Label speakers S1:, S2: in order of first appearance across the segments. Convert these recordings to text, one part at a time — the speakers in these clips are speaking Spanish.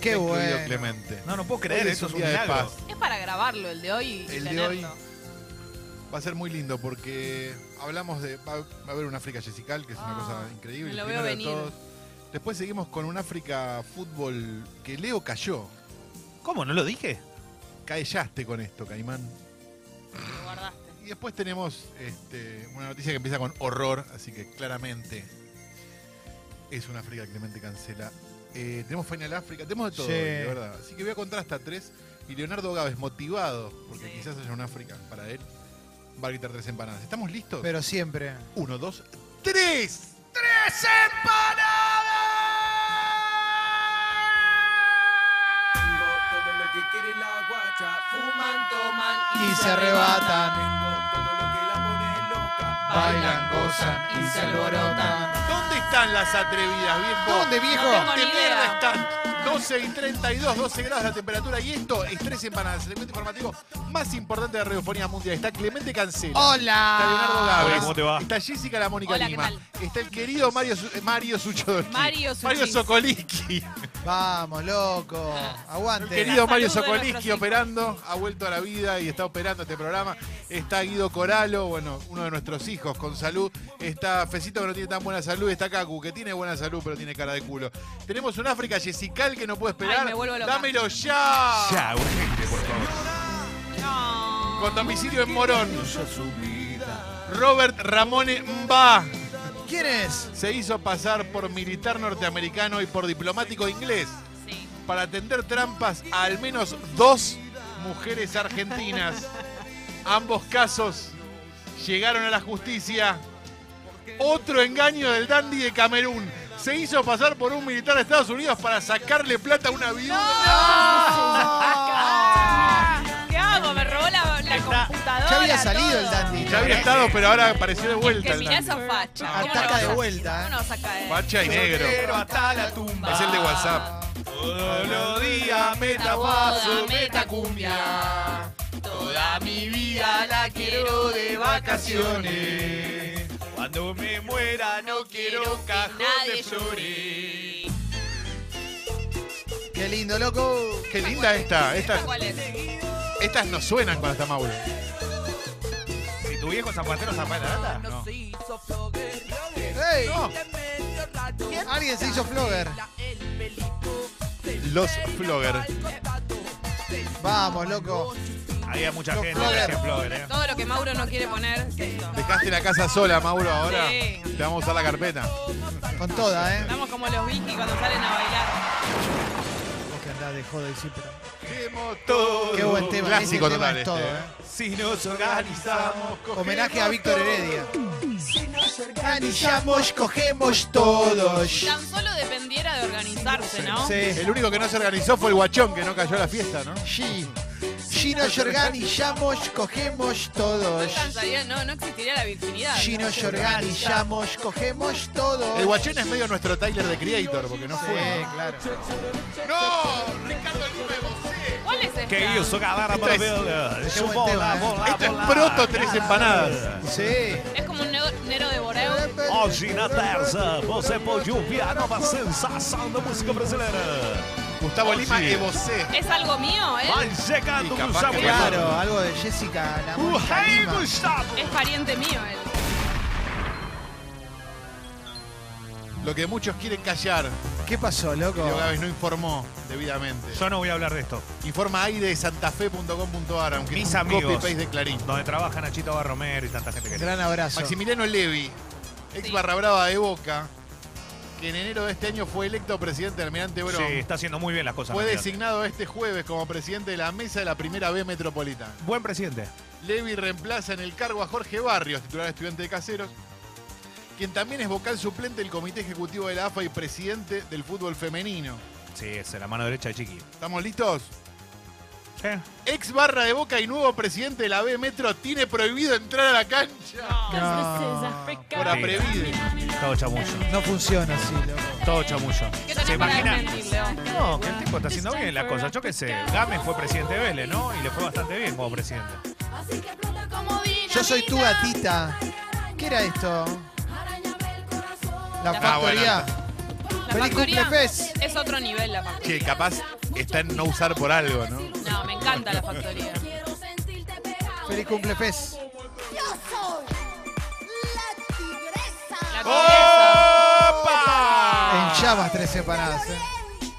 S1: Qué
S2: incluido
S1: bueno.
S2: Clemente.
S3: No, no puedo
S2: Hoy
S3: creer, eso es un
S2: día de
S3: milagro.
S2: paz.
S4: Es para grabarlo el de hoy y
S2: El de
S4: tenerlo.
S2: hoy. Va a ser muy lindo porque hablamos de. Va, va a haber un África Jessical, que es una
S4: Ah,
S2: cosa increíble.
S4: me lo
S2: el primero
S4: veo
S2: de
S4: venir.
S2: todos. Después seguimos con un África Fútbol que Leo cayó.
S3: ¿Cómo? ¿No lo dije?
S2: Caellaste con esto, Caimán.
S4: Lo guardaste.
S2: Y después tenemos este, una noticia que empieza con horror, así que claramente es una África que Clemente cancela. Eh, tenemos Final África, tenemos de todo,
S1: Sí.
S2: hoy, de verdad. Así que voy a contar hasta tres. Y Leonardo Gávez, motivado, porque
S4: Sí.
S2: quizás haya un África para él, va a gritar tres empanadas. ¿Estamos listos?
S1: Pero siempre.
S2: Uno, dos, tres.
S5: Tengo todo lo que quiere la guacha, fuman, toman
S1: Y se arrebatan,
S5: Tengo todo lo que la pone loca,
S1: bailan, gozan y se alborotan.
S2: ¿Dónde están las atrevidas, viejo?
S1: ¿Dónde, viejo?
S4: No tengo
S2: ¿Qué
S4: ni
S2: mierda
S4: idea.
S2: están? 12 y 32, 12 grados la temperatura y esto es tres empanadas. El evento informativo más importante de la radiofonía mundial. Está Clemente Cancela. Está Leonardo
S1: ¡Hola!
S2: Gávez.
S3: Hola, ¿cómo te va?
S2: Está Jessica La Mónica
S4: Hola, ¿qué
S2: Lima. Está el querido Mario, Su- eh, Mario Suchodolski.
S4: Mario Suchis.
S2: Mario Sokolinski.
S1: Vamos, loco.
S2: El
S1: Aguante.
S2: querido Mario
S4: Saludo de
S2: Sokolinski
S4: nuestros
S2: operando. Ha vuelto a la vida y está operando este programa. Está Guido Coralo, bueno, uno de nuestros hijos con salud. Está Fecito que no tiene tan buena salud. Está Kaku que tiene buena salud pero tiene cara de culo. Tenemos un África Jessical que no puede esperar.
S4: Ay, me vuelvo loca.
S2: Dámelo ya.
S3: Ya, urgente, por favor.
S4: No.
S2: Con domicilio en Morón. Robert Ramone Mba.
S1: ¿Quién es?
S2: se hizo pasar por militar norteamericano y por diplomático inglés
S4: Sí.
S2: para atender trampas a al menos dos mujeres argentinas. Ambos casos llegaron a la justicia. Otro engaño del dandy de Camerún. Se hizo pasar por un militar de Estados Unidos para sacarle plata a una viuda.
S4: ¿Qué hago? Me robó la, la computadora.
S1: Ya había salido
S4: todo.
S1: el dandy.
S2: Ya había estado, pero ahora apareció de vuelta.
S4: Que
S2: el
S4: mirá
S2: dandy.
S4: esa facha. ¿Cómo lo
S1: Ataca
S4: vas
S1: de
S4: a-
S1: vuelta,
S4: ¿Cómo
S1: eh.
S4: no vas a caer?
S2: Facha y negro.
S3: hasta la tumba.
S2: Es el de WhatsApp.
S3: Todos los días me
S4: Taboda, metacumbia.
S3: Toda mi vida la quiero de vacaciones. Cuando me muera no quiero un cajón de
S4: Nadie
S3: flores.
S4: llore.
S1: Qué lindo, loco.
S2: Qué linda esta. Estas,
S4: ¿Cuál es?
S2: estas nos suenan cuando está Mauro.
S3: Si tu viejo zapatero zapata la lata, no.
S5: se hizo flogger,
S1: ¡Ey!
S2: No.
S5: se metió rato,
S1: Alguien se hizo flogger.
S5: el pelito,
S2: Los Flogger.
S1: Vamos, loco.
S3: Había mucha
S1: Los
S3: gente, por
S1: flogger.
S3: ejemplo, ¿eh?
S4: Todo lo que Mauro no quiere poner es esto.
S2: Dejaste la casa sola, Mauro, ahora
S4: Sí.
S2: te vamos a usar la carpeta.
S1: Con toda, ¿eh?
S4: Estamos como los Vicky cuando salen a bailar.
S1: Vos que andás de joda y sí, pero-
S3: todo.
S1: Qué buen tema.
S2: Clásico
S1: Ese tema
S2: total
S1: es todo,
S2: este,
S1: ¿eh?
S3: Si nos organizamos,
S1: Homenaje a Víctor Heredia. Organizamos, cogemos todos.
S4: Tan solo dependiera de organizarse, ¿no?
S1: Sí.
S2: El único que no se organizó fue el guachón que no cayó a la fiesta, ¿no?
S1: Sí. Si nos organizamos, cogemos
S4: No
S1: todos.
S4: alcanzaría, no, no existiría la virginidad.
S1: Si nos organizamos, cogemos todos.
S2: El guachón es medio nuestro Tyler de Creator, porque no
S1: Sí,
S2: fue.
S1: claro.
S2: ¡No! ¡Ricardo Lima Bosé!
S4: ¿Cuál es esta?
S3: que yo soy agarra
S2: Esto es-
S3: para
S1: qué buen tema, ¿eh?
S2: Esto es proto tres empanadas.
S1: Sí.
S4: Es como un nero, nero de Boreo.
S3: Hoje na terça você pode ouvir a nova sensação da música brasileira.
S2: Gustavo Lima
S3: Sí.
S2: y Bosé.
S4: ¿Es algo mío? ¿eh?
S3: Vai chegando
S2: Y capaz
S3: Gustavo
S2: que-
S3: Lima.
S1: Claro, algo de Jessica. La
S3: O
S1: Mónica
S3: rei
S1: Lima.
S3: Uh, Gustavo.
S4: Es pariente mío él.
S2: Lo que muchos quieren callar,
S1: ¿Qué pasó, loco?
S2: Leo Gávez no informó debidamente.
S3: Yo no voy a hablar de esto.
S2: Informa aire de santafe.com.ar, aunque
S3: Mis
S2: es un
S3: amigos.
S2: copy paste de Clarín.
S3: Donde trabaja Nachito Barromero y tanta gente que
S1: Gran abrazo.
S2: Maximiliano Levi, ex
S4: Sí.
S2: barra brava de Boca, que en enero de este año fue electo presidente del Almirante Brown,
S3: Sí, está haciendo muy bien las cosas.
S2: fue
S3: Matías.
S2: designado este jueves como presidente de la mesa de la primera B metropolitana.
S3: Buen presidente.
S2: Levi reemplaza en el cargo a Jorge Barrios, titular de estudiante de Caseros, quien también es vocal suplente del Comité Ejecutivo de la AFA y presidente del fútbol femenino.
S3: Sí, es la mano derecha de Chiqui.
S2: ¿Estamos listos?
S3: ¿Eh?
S2: Ex barra de Boca y nuevo presidente de la B Metro tiene prohibido entrar a la cancha
S1: No,
S2: por aprevide.
S3: Todo chamullo.
S1: no funciona así, loco.
S3: Todo chamullo.
S4: ¿Qué tenés
S3: ¿Se
S4: para
S3: imaginan?
S4: desmentir, Leo?
S3: No, que el tipo está haciendo bien las cosas. Yo qué sé. Gámez fue presidente de Vélez, ¿no? Y le fue bastante bien como presidente.
S1: Yo soy tu gatita. ¿Qué era esto? La
S4: La
S1: factoría.
S4: La
S1: Feliz
S4: factoría
S1: cumplefes.
S4: es otro nivel la factoría.
S2: Che, capaz está en no usar por algo, ¿no?
S4: No, me encanta la factoría.
S1: Feliz cumple Fez.
S6: Yo soy la tigresa.
S4: La tigresa.
S2: ¡Opa!
S1: En llamas tres separadas. ¿eh?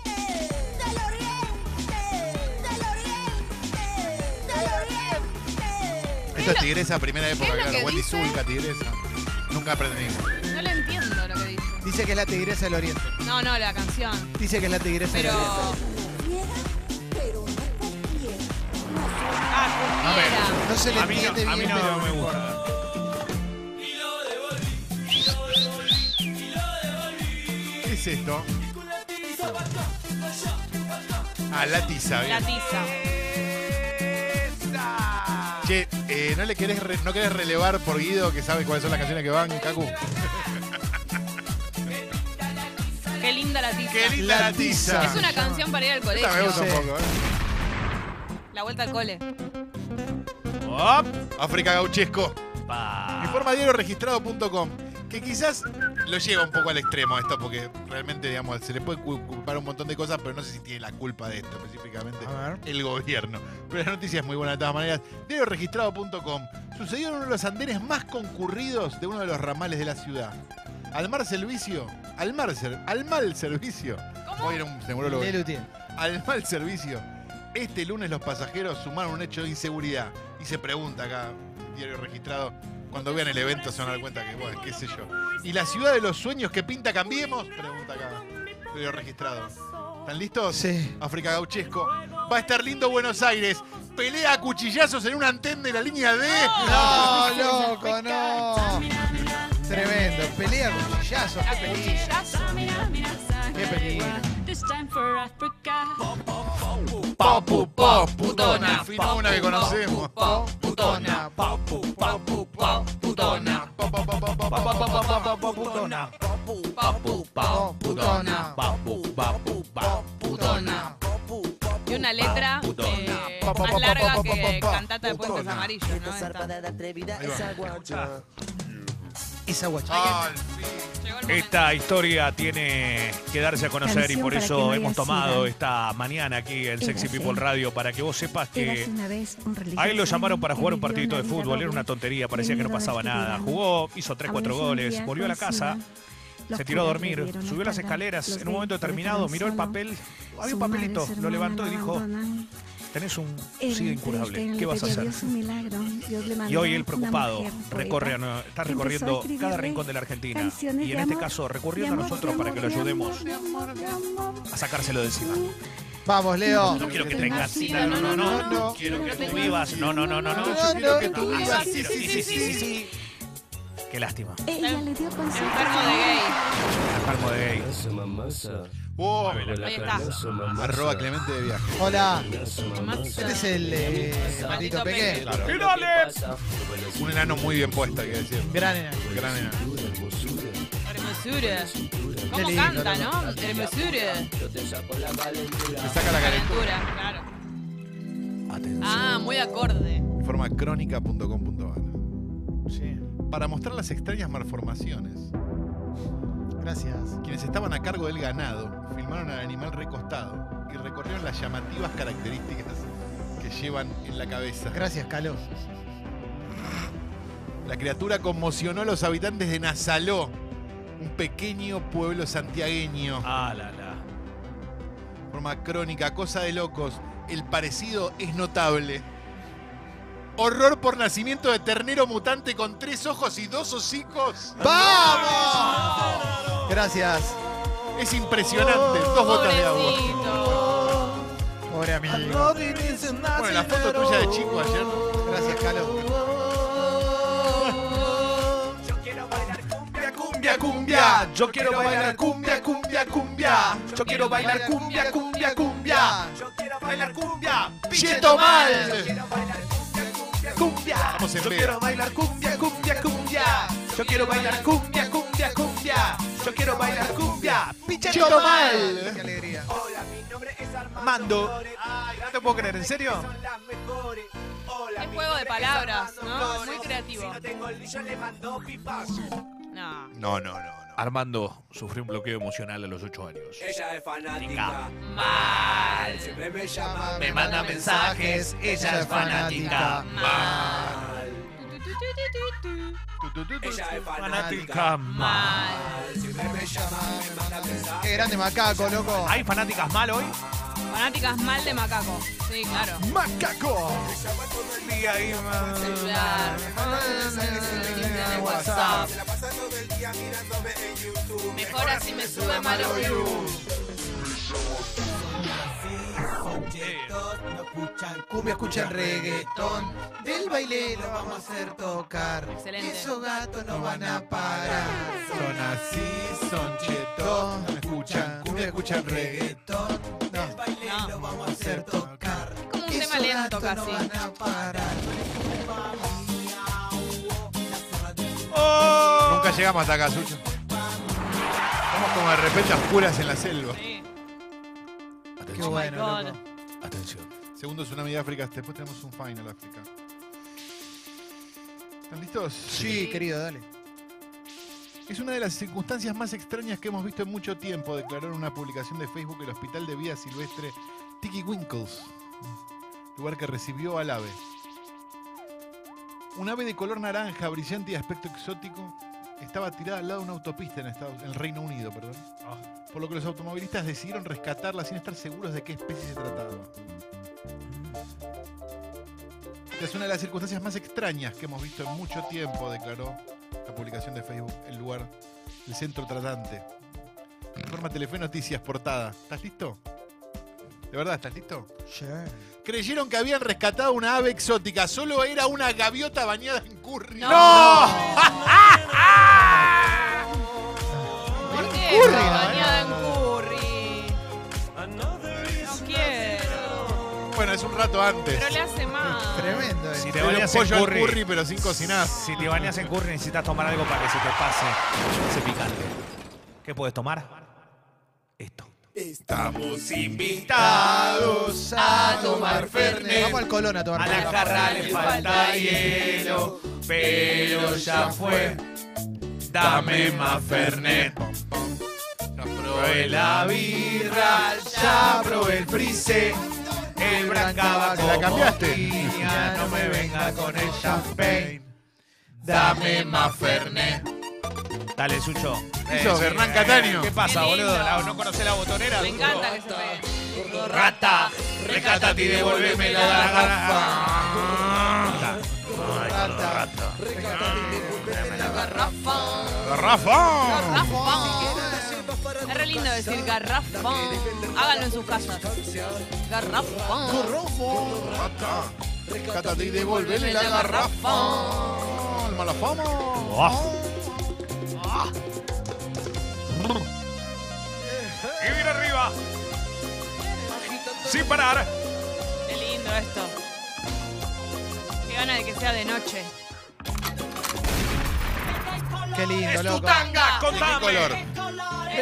S6: Del oriente, del oriente, del oriente.
S2: Esta es tigresa, primera época,
S4: es lo
S2: claro.
S4: que
S2: Wendy
S4: dice?
S2: Zulka, tigresa. Nunca aprendí.
S4: No le entiendo lo que dice.
S1: Dice que es la tigresa del oriente.
S4: No, no, la canción.
S1: Dice que es la tigresa
S4: Pero.
S1: del oriente.
S6: Quiera, pero no cualquiera.
S4: Ah,
S2: A ver.
S4: cualquiera.
S1: No se le
S2: A mí no-
S1: entiende
S2: a mí
S1: bien,
S2: no
S1: pero
S2: me gusta.
S1: importa.
S2: ¿Qué es esto? Ah, la tiza,
S4: La
S2: bien.
S4: tiza.
S2: Che, eh, ¿no le querés, re- no querés relevar por Guido que sabe cuáles son las canciones que van, Cacu?
S4: Qué linda la tiza.
S2: Qué linda la tiza.
S4: Es una canción para ir al
S2: Esta me gusta
S4: colegio.
S2: un
S1: Sí.
S2: poco, ¿eh?
S4: La vuelta al cole.
S2: África Gauchesco. Informa DiegoRegistrado.com. Que quizás lo lleva un poco al extremo esto, porque realmente, digamos, se le puede cu- culpar un montón de cosas, pero no sé si tiene la culpa de esto específicamente.
S1: A ver.
S2: el gobierno. Pero la noticia es muy buena de todas maneras. DiegoRegistrado.com. Sucedió en uno de los andenes más concurridos de uno de los ramales de la ciudad. Al mal servicio. Al mal, ser- al mal servicio. Voy a ir a un neurólogo.
S1: De Lutier.
S2: Al mal servicio. Este lunes los pasajeros sumaron un hecho de inseguridad. Y se pregunta acá, Diario Registrado, cuando vean el evento se van a dar cuenta que, bueno, qué sé yo. ¿Y la ciudad de los sueños que pinta cambiemos? Pregunta acá, Diario Registrado. ¿Están listos?
S1: Sí.
S2: África Gauchesco. Va a estar lindo Buenos Aires. Pelea a cuchillazos en un antén de la línea D.
S1: No, loco, no. Tremendo. Pelea con cuchillazos.
S4: La
S1: Qué peligro.
S4: cuchillazo.
S1: Qué peligro.
S2: Papu, pop,
S4: putona.
S2: Firmó una que conocemos.
S1: Putona.
S3: putona.
S2: Pa, pa, pa, pa, pa, pa, pa, pa.
S3: Putona. Putona. Putona.
S4: Y una letra
S3: Putona.
S4: eh, más larga que Cantata de Puentes
S3: Putona.
S4: Amarillos, ¿no? Está-
S2: Ahí va.
S1: Esa guacha.
S2: Al fin.
S4: llegó el momento.
S3: Esta historia tiene que darse a conocer y
S7: Canción
S3: por
S7: para
S3: eso
S7: que no
S3: hemos
S7: hayas
S3: tomado
S7: ido.
S3: esta mañana aquí en Sexy
S7: Érase.
S3: People Radio para que vos sepas que
S7: Érase una vez un
S3: a
S7: religioso
S3: él lo llamaron para
S7: que
S3: jugar un
S7: vivió
S3: partidito
S7: una
S3: de
S7: vida
S3: fútbol, era
S7: doble,
S3: una tontería, parecía que no
S7: venido de
S3: pasaba nada.
S7: Surinam.
S3: Jugó, hizo 3,
S7: A
S3: 4
S7: una familia
S3: goles, volvió a la casa,
S7: conocida.
S3: se
S7: Los
S3: tiró a
S7: curas le
S3: dormir,
S7: dieron la
S3: subió las
S7: espalda,
S3: escaleras,
S7: los
S3: en un momento
S7: médicos lo
S3: determinado
S7: dejaron
S3: miró el
S7: solo,
S3: papel, había
S7: su
S3: un
S7: madre,
S3: papelito,
S7: su
S3: lo
S7: hermana
S3: levantó y dijo,
S7: abandonan.
S3: tenés un
S7: Era
S3: SIDA
S7: un
S3: incurable,
S7: triste,
S3: ¿qué
S7: le
S3: vas a
S7: pedía
S3: hacer?
S7: Dios un milagro. Dios le
S3: Y
S7: mandó
S3: hoy él
S7: una
S3: preocupado
S7: mujer
S3: recorre,
S7: poeta
S3: no, está
S7: que empezó a
S3: recorriendo cada
S7: escribirle
S3: rincón de la Argentina.
S7: canciones
S3: Y en
S7: de
S3: este
S7: amor,
S3: caso
S7: de
S3: recurriendo a
S7: amor,
S3: nosotros
S7: de
S3: para que
S7: amor,
S3: lo
S7: de amor,
S3: ayudemos
S7: de amor, de amor.
S3: a sacárselo de encima.
S1: Vamos, Leo.
S3: No quiero que tengas sida, no, no, no,
S1: No, no.
S3: Quiero que tú vivas, no, no, no, no, no.
S1: No, no,
S3: que tú
S1: no.
S3: vivas,
S1: Sí,
S3: sí, sí, sí, sí. Qué lástima,
S7: Ella le dio consejos.
S4: Enfermo de gay.
S3: enfermo de gay.
S2: Oh,
S4: Ahí está.
S2: arroba Clemente de viaje.
S1: Hola.
S4: Más,
S1: Este es el eh, Matito Peque.
S3: ¡Girale!
S2: Un enano muy bien puesto, hay que decir.
S1: Gran enano.
S2: Gran enano.
S4: Hermosura. ¿Cómo
S1: lindo,
S4: canta,
S1: ¿no?
S4: no? Hermosura.
S2: Se saca la calentura.
S4: Calentura, claro. Ah, muy acorde.
S2: Informa crónica.com.ar.
S1: Sí.
S2: Para mostrar las extrañas malformaciones,
S1: Gracias.
S2: quienes estaban a cargo del ganado filmaron al animal recostado y recorrieron las llamativas características que llevan en la cabeza.
S1: Gracias, Caló.
S2: La criatura conmocionó a los habitantes de Nazaló, un pequeño pueblo santiagueño.
S3: Ah, la, la.
S2: Forma crónica, cosa de locos. El parecido es notable. Horror por nacimiento de ternero mutante con tres ojos y dos hocicos.
S1: ¡Vamos! Gracias.
S2: Es impresionante. Dos botas de agua.
S4: Pobrecito.
S1: Pobre amigo.
S2: Bueno, la foto tuya de chico ayer.
S1: Gracias, Caló.
S3: Cumbia, cumbia, yo quiero bailar cumbia, cumbia, cumbia. Yo quiero bailar cumbia, cumbia, cumbia. Yo quiero bailar cumbia,
S2: ¡Cheto
S3: Yo
S2: mal!
S3: quiero bailar cumbia, cumbia, cumbia.
S2: Vamos en
S3: Yo
S2: B.
S3: quiero bailar cumbia, cumbia, cumbia. Yo quiero bailar cumbia, cumbia, cumbia. Yo quiero bailar cumbia,
S2: ¡Cheto
S3: picheto mal.
S1: Qué
S2: mal!
S1: alegría.
S3: Mando. Ay, no te puedo creer, ¿en serio?
S4: Es juego de palabras, ¿no? Muy creativo. No.
S2: No, no, no. no. Armando sufrió un bloqueo emocional a los 8 años.
S5: Ella es fanática.
S3: Mal.
S5: Siempre me llama.
S3: Me manda mensajes, ella es fanática. Mal.
S4: Tu, tu, tu, tu, tu, tu.
S5: Ella es fanática.
S2: Fanática mal.
S4: Mal.
S5: Siempre me llama. Me manda mensajes.
S1: Qué grande macaco, loco.
S3: ¿Hay fanáticas mal hoy?
S4: Fanáticas mal de macaco. Sí, claro.
S2: ¡Macaco!
S5: día y más.
S4: Celular. Ah,
S5: En WhatsApp. Se la pasa todo el día mirándome en YouTube.
S4: Mejor así me sube malo views.
S5: No escuchan
S1: Cumbia escuchan reggaetón. Del baile lo vamos a hacer tocar.
S4: Excelente.
S1: Esos gatos no van a parar.
S2: Son así, son chetos.
S1: No escuchan cumbia, escuchan reggaetón. No,
S4: No.
S1: vamos a hacer tocar.
S4: Es como un
S1: Esos
S4: tema lento
S1: gatos
S4: casi.
S1: No van a parar.
S2: Nunca llegamos hasta acá, Sucho. Estamos como de repente a oscuras en la selva.
S4: Sí.
S1: Qué bueno,
S4: Oh, God.
S1: loco.
S3: Atención.
S2: Segundo tsunami de África, después tenemos un final África. ¿Están listos?
S1: Sí, querido, dale.
S2: Es una de las circunstancias más extrañas que hemos visto en mucho tiempo, declaró en una publicación de Facebook el Hospital de Vida Silvestre Tiki Winkles, lugar que recibió al ave. Un ave de color naranja, brillante y de aspecto exótico, estaba tirada al lado de una autopista en, Estados- en el Reino Unido, perdón. Por lo que los automovilistas decidieron rescatarla sin estar seguros de qué especie se trataba. Esta Es una de las circunstancias más extrañas que hemos visto en mucho tiempo, declaró la publicación de Facebook, el lugar, el centro tratante. Informa Telefe Noticias Portada. ¿Estás listo? ¿De verdad estás listo?
S1: Sure.
S2: Creyeron que habían rescatado una ave exótica, solo era una gaviota bañada en curry.
S4: ¿Por qué?
S1: Curry,
S4: está
S1: ¿no?
S4: bañada en curry. No quiero.
S2: Bueno, es un rato antes.
S4: Pero le hace mal.
S1: Tremendo.
S3: Si
S1: eh.
S3: te
S2: Pero
S3: bañas en
S2: pollo al curry.
S3: curry,
S2: pero sin cocinar.
S3: Si te bañas en curry necesitas tomar algo para que se te pase ese picante. ¿Qué puedes tomar? Esto.
S5: Estamos invitados a tomar fernet.
S1: Vamos al Colón a tomar
S5: A la
S1: Fernet.
S5: jarra le falta hielo, pero ya fue. Dame más fernet.
S2: Ya
S5: Probé
S2: probé
S5: la birra, ya probé el frise. El brancaba
S1: Te la
S5: como
S2: cambiaste.
S5: piña, no me venga con el champagne. Dame más fernet. Eh,
S3: Dale, Sucho.
S2: ¿Qué sos,
S5: sí,
S2: Hernán Cataño?
S3: ¿Qué pasa,
S4: Qué lindo.
S3: boludo? La- ¿No conocés la botonera?
S4: Me
S3: Sucho?
S4: encanta que se pegue.
S5: Rata, rescatate y devuélveme la garrafa.
S1: Rata.
S2: ¡Garrafón!
S4: Garrafón. Es re lindo decir garrafón. Háganlo en sus casas. Garrafón.
S2: Garrafón. Rata. Rescatate y devolvele la garrafón. Mala fama.
S3: Ah. Y mira arriba. Sin parar.
S4: Qué lindo esto. Qué gana de que sea de noche.
S1: Qué lindo,
S3: Es tu
S1: loco.
S3: tanga,
S2: ¿De qué color?
S3: contame.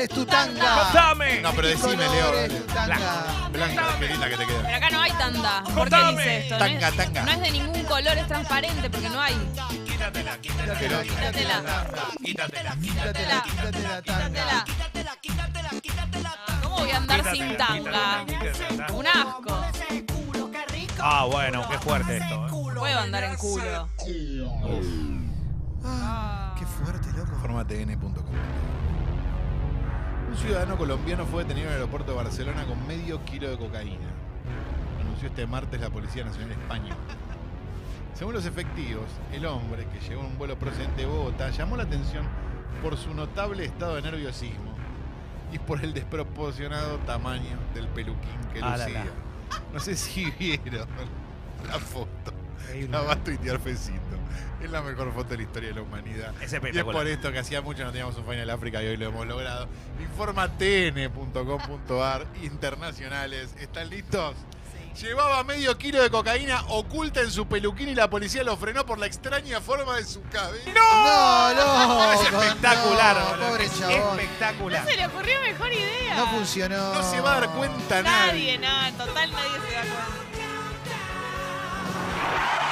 S1: Es tu tanga.
S3: Contame.
S2: No, pero decime, Leo.
S1: Color es tu tanga.
S2: Blanca, qué linda que te queda.
S4: Pero acá no hay tanda. ¿Por qué dice esto? No es-
S2: Tanga, tanga.
S4: No es de ningún color, es transparente porque no hay.
S3: Quítatela, quítatela,
S2: Pero-
S4: Quítatela.
S3: quítatela.
S1: Quítatela, quítate la
S4: Quítatela.
S1: tanga.
S4: ¿Cómo voy a andar sin
S3: Quítatela,
S4: tanga?
S3: quítatela, quítatela.
S4: Un asco.
S3: Ah, bueno, qué fuerte esto. eh.
S4: Puedo andar en culo.
S1: Ah, Qué fuerte, loco.
S2: Informatn.com. Un ciudadano colombiano fue detenido en el aeropuerto de Barcelona con medio kilo de cocaína. Lo Anunció este martes la Policía Nacional Española. Según los efectivos, el hombre, que llegó en un vuelo procedente de Bogotá, llamó la atención por su notable estado de nerviosismo y por el desproporcionado tamaño del peluquín que
S3: Ah, la,
S2: lucía. No sé si vieron la foto. La va a tuitear Fecito. Es la mejor foto de la historia de la humanidad.
S3: Es
S2: Y es por
S3: espectacular.
S2: esto que hacía mucho no teníamos un Final África y hoy lo hemos logrado. Informatn.com.ar Internacionales. ¿Están listos? Llevaba medio kilo de cocaína oculta en su peluquín y la policía lo frenó por la extraña forma de su cabeza.
S1: No, no.
S3: Es espectacular,
S1: no,
S3: boludo.
S1: pobre
S3: Es
S1: chabón.
S3: Espectacular.
S4: Se le ocurrió mejor idea.
S1: No funcionó.
S2: No se va a dar cuenta nadie.
S4: Nadie, nada. Total, nadie se da cuenta.